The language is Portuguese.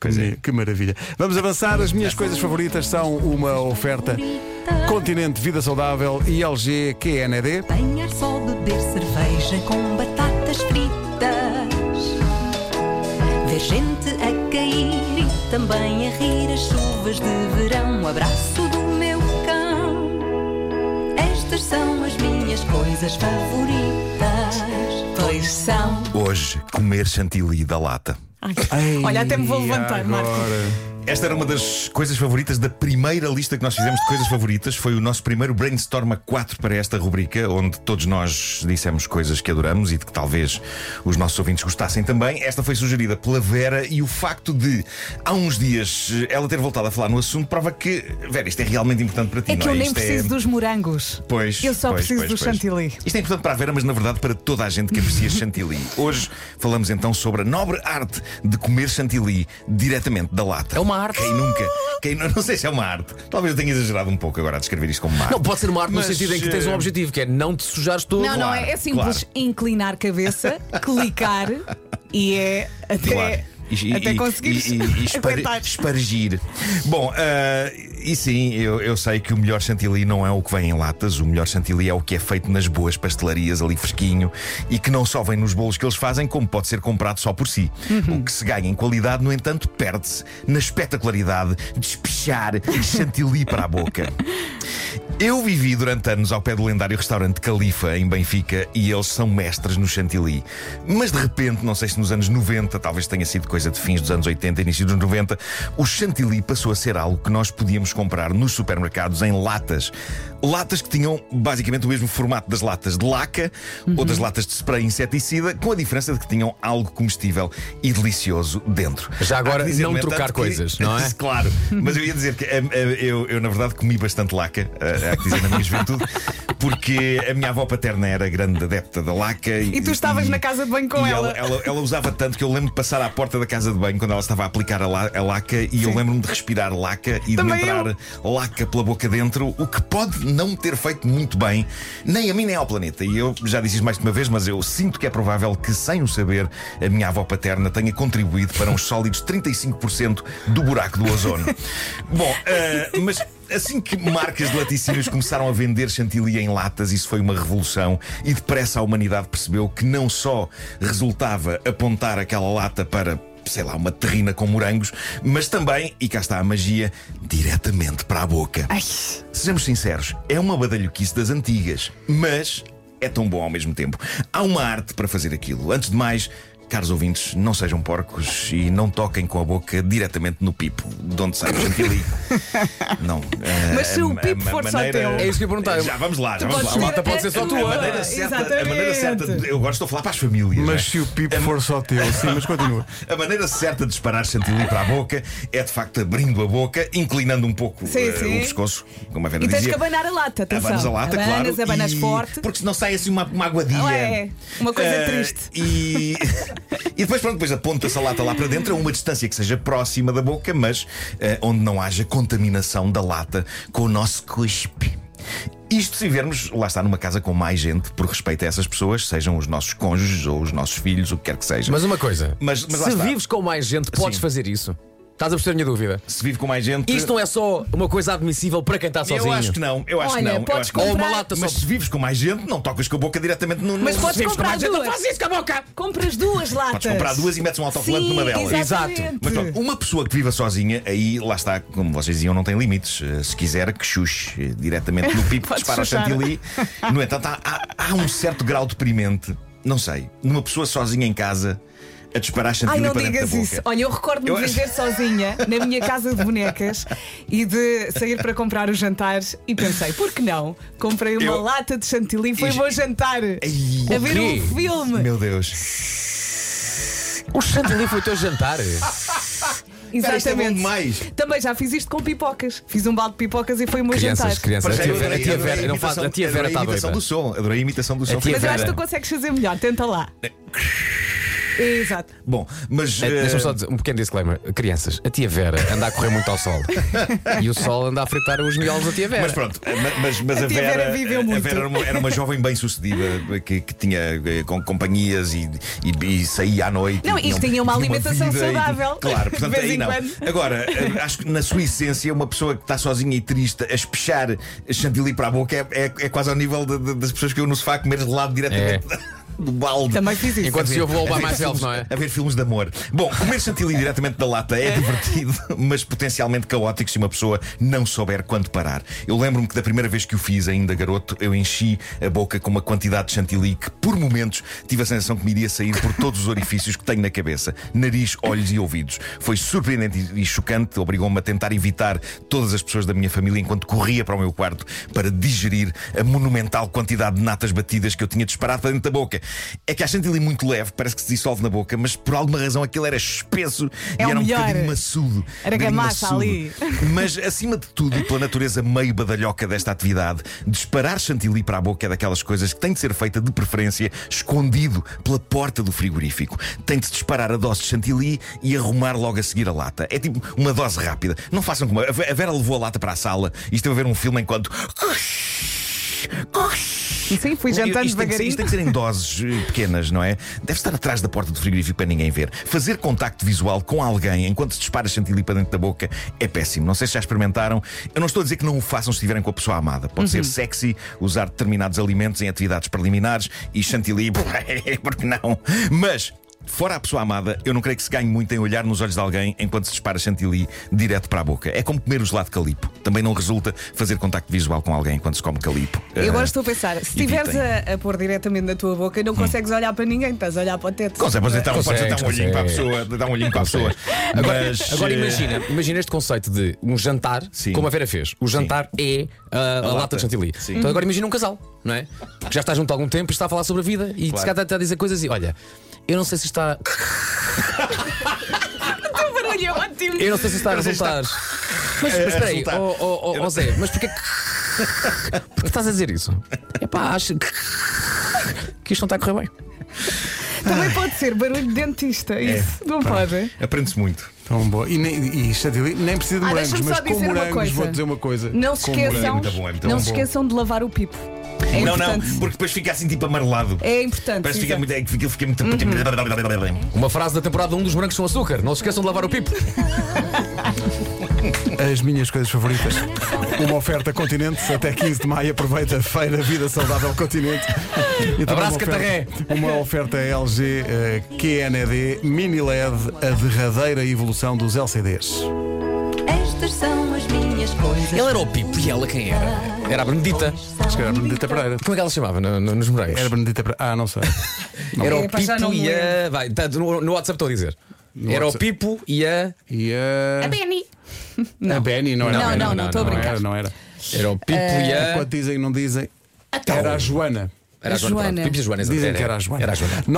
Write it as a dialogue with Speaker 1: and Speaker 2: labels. Speaker 1: Pois é.
Speaker 2: Que maravilha. Vamos avançar. As minhas coisas favoritas são uma oferta Continente Vida Saudável e LG QND.
Speaker 3: Apanhar só beber cerveja com batatas fritas. Ver gente a cair e também a rir as chuvas de verão. Um abraço do meu cão. Estas são as minhas coisas favoritas. Pois são.
Speaker 4: Hoje, comer chantilly da lata.
Speaker 5: Ai. Olha, até me vou levantar, Marco.
Speaker 4: Esta era uma das coisas favoritas da primeira lista que nós fizemos de coisas favoritas. Foi o nosso primeiro brainstorm a 4 para esta rubrica, onde todos nós dissemos coisas que adoramos e de que talvez os nossos ouvintes gostassem também. Esta foi sugerida pela Vera e o facto de, há uns dias, ela ter voltado a falar no assunto prova que, Vera, isto é realmente importante para ti,
Speaker 5: É
Speaker 4: não
Speaker 5: que eu nem
Speaker 4: Isto é-
Speaker 5: preciso dos morangos.
Speaker 4: Pois,
Speaker 5: Eu só
Speaker 4: pois,
Speaker 5: preciso
Speaker 4: pois,
Speaker 5: do
Speaker 4: pois.
Speaker 5: chantilly.
Speaker 4: Isto é importante para a Vera, mas na verdade para toda a gente que aprecia chantilly. Hoje falamos então sobre a nobre arte de comer chantilly diretamente da lata.
Speaker 1: É uma arte.
Speaker 4: Quem nunca? Quem não, não sei se é uma arte. Talvez eu tenha exagerado um pouco agora a descrever isto como uma arte.
Speaker 1: Não, pode ser uma arte
Speaker 4: Mas,
Speaker 1: no sentido em que tens um
Speaker 4: eh,
Speaker 1: objetivo, que é não te sujares todo.
Speaker 5: Não, não,
Speaker 4: Claro,
Speaker 5: é, é simples.
Speaker 4: claro.
Speaker 5: Inclinar a cabeça, clicar e é até, até conseguires
Speaker 4: e- e- e espar-
Speaker 5: aguentar.
Speaker 4: espargir. Bom, ah, e sim, eu, eu sei que o melhor chantilly não é o que vem em latas, o melhor chantilly é o que é feito nas boas pastelarias ali fresquinho e que não só vem nos bolos que eles fazem, como pode ser comprado só por si.
Speaker 5: Uhum.
Speaker 4: O que se ganha em qualidade, no entanto, perde-se na espetacularidade de espichar chantilly para a boca. Eu vivi durante anos ao pé do lendário restaurante Califa, em Benfica, e eles são mestres no chantilly. Mas de repente, não sei se nos anos 90, talvez tenha sido coisa de fins dos anos 80, início dos 90, o chantilly passou a ser algo que nós podíamos comprar nos supermercados em latas. Latas que tinham basicamente o mesmo formato das latas de laca
Speaker 5: Uhum.
Speaker 4: ou das latas de spray inseticida, com a diferença de que tinham algo comestível e delicioso dentro.
Speaker 1: Já
Speaker 4: Há que
Speaker 1: agora,
Speaker 4: dizer,
Speaker 1: não
Speaker 4: no entanto,
Speaker 1: trocar
Speaker 4: que-
Speaker 1: coisas, não é?
Speaker 4: Claro, mas eu ia dizer que eh, eh, eu, eu, na verdade comi bastante laca, eh, há que dizer na minha juventude, porque a minha avó paterna era grande adepta da laca.
Speaker 5: E tu estavas na casa de banho com
Speaker 4: e
Speaker 5: ela.
Speaker 4: ela. ela usava tanto que eu lembro de passar à porta da casa de banho quando ela estava a aplicar a, la- a laca e eu lembro-me de respirar laca e
Speaker 5: Também
Speaker 4: de me entrar laca pela boca dentro, o que pode não me ter feito muito bem, nem a mim nem ao planeta. E eu já disse isto mais de uma vez, mas eu sinto que é provável que, sem o saber, a minha avó paterna tenha contribuído para uns sólidos 35% do buraco do ozono. Bom, eh, mas. Assim que marcas de laticínios começaram a vender chantilly em latas, isso foi uma revolução e depressa a humanidade percebeu que não só resultava apontar aquela lata para sei lá, uma terrina com morangos, mas também, e cá está a magia, diretamente para a boca.
Speaker 5: Ai,
Speaker 4: Sejamos sinceros, é uma badalhoquice das antigas, mas é tão bom ao mesmo tempo. Há uma arte para fazer aquilo. Antes de mais, caros ouvintes, não sejam porcos e não toquem com a boca diretamente no pipo, de onde sai o chantilly. não. eh,
Speaker 5: Mas se o
Speaker 4: a- a-
Speaker 5: pipo
Speaker 4: a
Speaker 5: for só
Speaker 4: maneira-
Speaker 5: teu.
Speaker 1: É isso que eu ia perguntar.
Speaker 4: Já vamos lá, já vamos
Speaker 5: podes
Speaker 4: lá.
Speaker 5: ir-
Speaker 1: lata pode ser só
Speaker 5: a-
Speaker 1: tua.
Speaker 4: A maneira certa, a maneira certa
Speaker 5: Exatamente.
Speaker 4: de- eu gosto estou a falar para as famílias.
Speaker 2: Mas
Speaker 4: não é?
Speaker 2: se o pipo for só teu, sim, mas continua.
Speaker 4: A maneira certa de disparar chantilly para a boca é de facto abrindo a boca, inclinando um pouco
Speaker 5: Sim,
Speaker 4: eh,
Speaker 5: sim.
Speaker 4: o pescoço, como a Vera
Speaker 5: E tens
Speaker 4: dizia.
Speaker 5: que abanar a lata, atenção.
Speaker 4: Abanas a lata,
Speaker 5: Abanas,
Speaker 4: claro.
Speaker 5: abanas
Speaker 4: e-
Speaker 5: forte.
Speaker 4: Porque senão sai assim uma, uma aguadilha.
Speaker 5: Ué, uma coisa
Speaker 4: Eh,
Speaker 5: triste.
Speaker 4: E, e depois, pronto, depois aponta-se a lata lá para dentro a uma distância que seja próxima da boca, mas eh, onde não haja contaminação da lata com o nosso cuspe. Isto se vivermos lá está numa casa com mais gente, por respeito a essas pessoas, sejam os nossos cônjuges ou os nossos filhos, o que quer que seja.
Speaker 1: Mas uma coisa,
Speaker 4: Mas- mas lá
Speaker 1: se
Speaker 4: está.
Speaker 1: vives com mais gente, podes
Speaker 4: Sim.
Speaker 1: fazer isso. Estás a perceber a minha dúvida?
Speaker 4: se vive com mais gente.
Speaker 1: Isto não é só uma coisa admissível para quem está sozinho.
Speaker 4: Eu acho que não, eu acho
Speaker 5: Olha,
Speaker 4: que não. eu
Speaker 5: podes
Speaker 4: acho que não.
Speaker 1: Ou uma
Speaker 5: comprar-
Speaker 1: lata só.
Speaker 4: Mas se vives com mais gente, não tocas com a boca diretamente no.
Speaker 5: Mas
Speaker 4: no-
Speaker 5: podes
Speaker 4: se vives
Speaker 5: comprar
Speaker 4: com mais gente,
Speaker 5: duas.
Speaker 4: Não faz isso com é a boca!
Speaker 5: Compras duas latas.
Speaker 4: Podes comprar duas e metes um autocolante
Speaker 5: Sim,
Speaker 4: numa delas.
Speaker 5: exatamente.
Speaker 1: Exato.
Speaker 4: Mas pronto, uma pessoa que viva sozinha, aí lá está, como vocês diziam, não tem limites. Eh, Se quiser, que xuxe eh, diretamente no pipo,
Speaker 5: Pode
Speaker 4: dispara o
Speaker 5: chuchar.
Speaker 4: chantilly. No entanto, há, há- há um certo grau deprimente, não sei, numa pessoa sozinha em casa a disparar
Speaker 5: Ai,
Speaker 4: chantilly
Speaker 5: não
Speaker 4: para dentro da
Speaker 5: digas
Speaker 4: boca.
Speaker 5: isso. Olha, eu recordo-me
Speaker 4: Eu
Speaker 5: de
Speaker 4: acho-
Speaker 5: viver sozinha na minha casa de bonecas e de sair para comprar os jantares e pensei, por que não? Comprei uma
Speaker 4: Eu-
Speaker 5: lata de chantilly e foi
Speaker 4: Ih,
Speaker 5: bom jantar.
Speaker 4: Ai,
Speaker 5: a ver um
Speaker 1: quê?
Speaker 5: filme.
Speaker 4: Meu Deus.
Speaker 1: O chantilly foi o teu jantar.
Speaker 5: Ah,
Speaker 4: Espera, isto é bom
Speaker 5: Exatamente.
Speaker 4: demais.
Speaker 5: Também já fiz isto com pipocas. Fiz um balde de pipocas e foi o meu
Speaker 1: crianças,
Speaker 5: jantar.
Speaker 1: crianças. A
Speaker 4: Parece-
Speaker 1: tia Vera- a tia
Speaker 4: adorei
Speaker 1: Vera não faz- a tia Vera
Speaker 4: adorei
Speaker 1: está É,
Speaker 4: a imitação
Speaker 1: doida.
Speaker 4: do som, adorei a imitação do som.
Speaker 1: tia
Speaker 5: Mas eu acho que
Speaker 1: Vera.
Speaker 5: tu consegues fazer melhor, tenta lá.
Speaker 4: É.
Speaker 5: Exato.
Speaker 4: Bom, mas.
Speaker 1: Eh, Deixa-me
Speaker 4: eh,
Speaker 1: só dizer um pequeno disclaimer. Crianças, a tia Vera anda a correr muito ao sol. e o sol anda a fritar os miolos da tia Vera.
Speaker 4: Mas pronto, ma- mas, mas a,
Speaker 5: tia
Speaker 4: Vera,
Speaker 5: Vera viveu
Speaker 4: a- a
Speaker 5: muito.
Speaker 4: Vera era, uma, era uma jovem bem sucedida que, que tinha eh, com companhias e, e- e saía à noite.
Speaker 5: Não, e tinha uma alimentação
Speaker 4: vida e-
Speaker 5: saudável,
Speaker 4: claro, portanto,
Speaker 5: de vez
Speaker 4: aí
Speaker 5: em
Speaker 4: não.
Speaker 5: quando.
Speaker 4: Agora, eh, acho que na sua essência, uma pessoa que está sozinha e triste a espechar chantilly para a boca é, é- é quase ao nível de- de- das pessoas que eu no sofá a comer gelado diretamente
Speaker 1: É.
Speaker 4: do balde.
Speaker 5: Também fiz isso.
Speaker 1: Enquanto se ouve o
Speaker 4: A
Speaker 1: Obama
Speaker 4: ver
Speaker 1: Myself,
Speaker 4: filmes-
Speaker 1: não é?
Speaker 4: A ver filmes de amor. Bom, comer chantilly diretamente da lata é divertido, mas potencialmente caótico se uma pessoa não souber quando parar. Eu lembro-me que da primeira vez que o fiz, ainda garoto, eu enchi a boca com uma quantidade de chantilly que, por momentos, tive a sensação que me iria sair por todos os orifícios que tenho na cabeça: nariz, olhos e ouvidos. Foi surpreendente e chocante, obrigou-me a tentar evitar todas as pessoas da minha família enquanto corria para o meu quarto para digerir a monumental quantidade de natas batidas que eu tinha disparado para dentro da boca. É que há chantilly muito leve, parece que se dissolve na boca, mas por alguma razão aquilo era espesso
Speaker 5: É
Speaker 4: e
Speaker 5: o
Speaker 4: era um
Speaker 5: melhor.
Speaker 4: bocadinho maçudo.
Speaker 5: Era
Speaker 4: Um bocadinho
Speaker 5: gamassa
Speaker 4: maçudo.
Speaker 5: ali.
Speaker 4: Mas, acima de tudo, e pela natureza meio badalhoca desta atividade, disparar chantilly para a boca é daquelas coisas que tem de ser feita, de preferência, escondido pela porta do frigorífico. Tem de se disparar a dose de chantilly e arrumar logo a seguir a lata. É tipo uma dose rápida. Não façam como. eu. A Ve- a Vera levou a lata para a sala e esteve a ver um filme enquanto.
Speaker 5: Sim, fui jantando
Speaker 4: Isto tem que ser-
Speaker 5: devagarinho.
Speaker 4: Isto tem que ser em doses eh, pequenas, não é? Deve estar atrás da porta do frigorífico para ninguém ver. Fazer contacto visual com alguém enquanto se dispara chantilly para dentro da boca é péssimo. Não sei se já experimentaram. Eu não estou a dizer que não o façam se estiverem com a pessoa amada. Pode ser sexy usar determinados alimentos em atividades preliminares e chantilly, porque não? Mas. Fora a pessoa amada, eu não creio que se ganhe muito em olhar nos olhos de alguém enquanto se dispara chantilly direto para a boca. É como comer o gelado de calipo. Também não resulta fazer contacto visual com alguém enquanto se come calipo.
Speaker 5: Eu agora
Speaker 4: Ah,
Speaker 5: estou a pensar, se
Speaker 4: evitem. Hum.
Speaker 5: estiveres a, a pôr diretamente na tua boca, não consegues olhar para ninguém, estás a olhar para o teto.
Speaker 4: Consegue, podes dar, podes
Speaker 1: Consegue,
Speaker 4: dar um olhinho
Speaker 1: consegue.
Speaker 4: para a pessoa, dar um olhinho para a pessoa. Mas,
Speaker 1: Agora
Speaker 4: eh,
Speaker 1: imagina, imagina este conceito de um jantar,
Speaker 4: Sim.
Speaker 1: como a Vera fez. O jantar é ah, a, lata.
Speaker 4: lata.
Speaker 1: de chantilly.
Speaker 4: Sim.
Speaker 1: Então agora imagina um casal, não é? Que já está junto há algum tempo e está a falar sobre a vida e
Speaker 4: Claro.
Speaker 1: se calhar está a dizer coisas e olha. Eu não sei se está.
Speaker 5: O barulho é ótimo.
Speaker 1: Eu não sei se está a resultar. Mas, mas espera aí,
Speaker 4: resultar.
Speaker 1: oh, oh, oh, oh, Zé, mas porquê que. Porquê estás a dizer isso? É pá, acho que. que isto não está a correr bem.
Speaker 5: Também pode ser barulho de dentista,
Speaker 4: É,
Speaker 5: isso. Não pode.
Speaker 4: eh, Aprende-se muito.
Speaker 2: Tão boa. E, nem, e chantilly, nem precisa de
Speaker 5: Ah,
Speaker 2: morangos,
Speaker 5: deixa-me
Speaker 2: mas
Speaker 5: só
Speaker 2: com
Speaker 5: dizer uma
Speaker 2: morangos
Speaker 5: coisa.
Speaker 2: vou dizer uma coisa.
Speaker 5: Não se
Speaker 2: Com morangos.
Speaker 5: esqueçam,
Speaker 4: muito bom, é muito
Speaker 5: não
Speaker 4: bom.
Speaker 5: se esqueçam de lavar o pipo. É
Speaker 4: não, não,
Speaker 5: importante.
Speaker 4: porque depois fica assim tipo amarelado.
Speaker 5: É Uhum. importante,
Speaker 4: Parece que fica
Speaker 5: exato.
Speaker 4: muito. É, que fica, fica muito...
Speaker 1: Uma frase da temporada 1 dos Brancos com Açúcar. Não se esqueçam de lavar o pipo.
Speaker 2: As minhas coisas favoritas. Uma oferta Continente, até 15 de maio. Aproveita a feira Vida Saudável Continente. E também
Speaker 1: Abraço,
Speaker 2: uma oferta-
Speaker 1: Catarré.
Speaker 2: Uma oferta LG eh, QNED Mini LED, a derradeira evolução dos LCDs.
Speaker 3: Estas são as minhas coisas.
Speaker 1: Ele era o pipo e ela quem era? Era a Benedita.
Speaker 2: Se calhar Benedita Pereira.
Speaker 1: Como é que ela se chamava no- no- nos Morangos?
Speaker 2: Era Benedita Pereira. Ah, não sei.
Speaker 1: Era
Speaker 5: É,
Speaker 1: o
Speaker 5: pá, já não
Speaker 1: Pipo
Speaker 5: me
Speaker 1: e a. Vai, tá, no, no WhatsApp estou a dizer. Era
Speaker 2: WhatsApp.
Speaker 1: o Pipo e a.
Speaker 2: E a.
Speaker 5: Benny.
Speaker 2: A Benny, não era?
Speaker 5: Não,
Speaker 2: a Benny.
Speaker 5: não, não, estou a brincar.
Speaker 2: Era, não era.
Speaker 1: Era o Pipo e a.
Speaker 2: É Enquanto dizem, não dizem. Era a Joana.
Speaker 1: Era
Speaker 5: Eh, A Joana.
Speaker 1: pronto. Pipo e a Joana, exato.
Speaker 2: Dizem que era a Joana.
Speaker 1: Era a Joana.
Speaker 2: Nós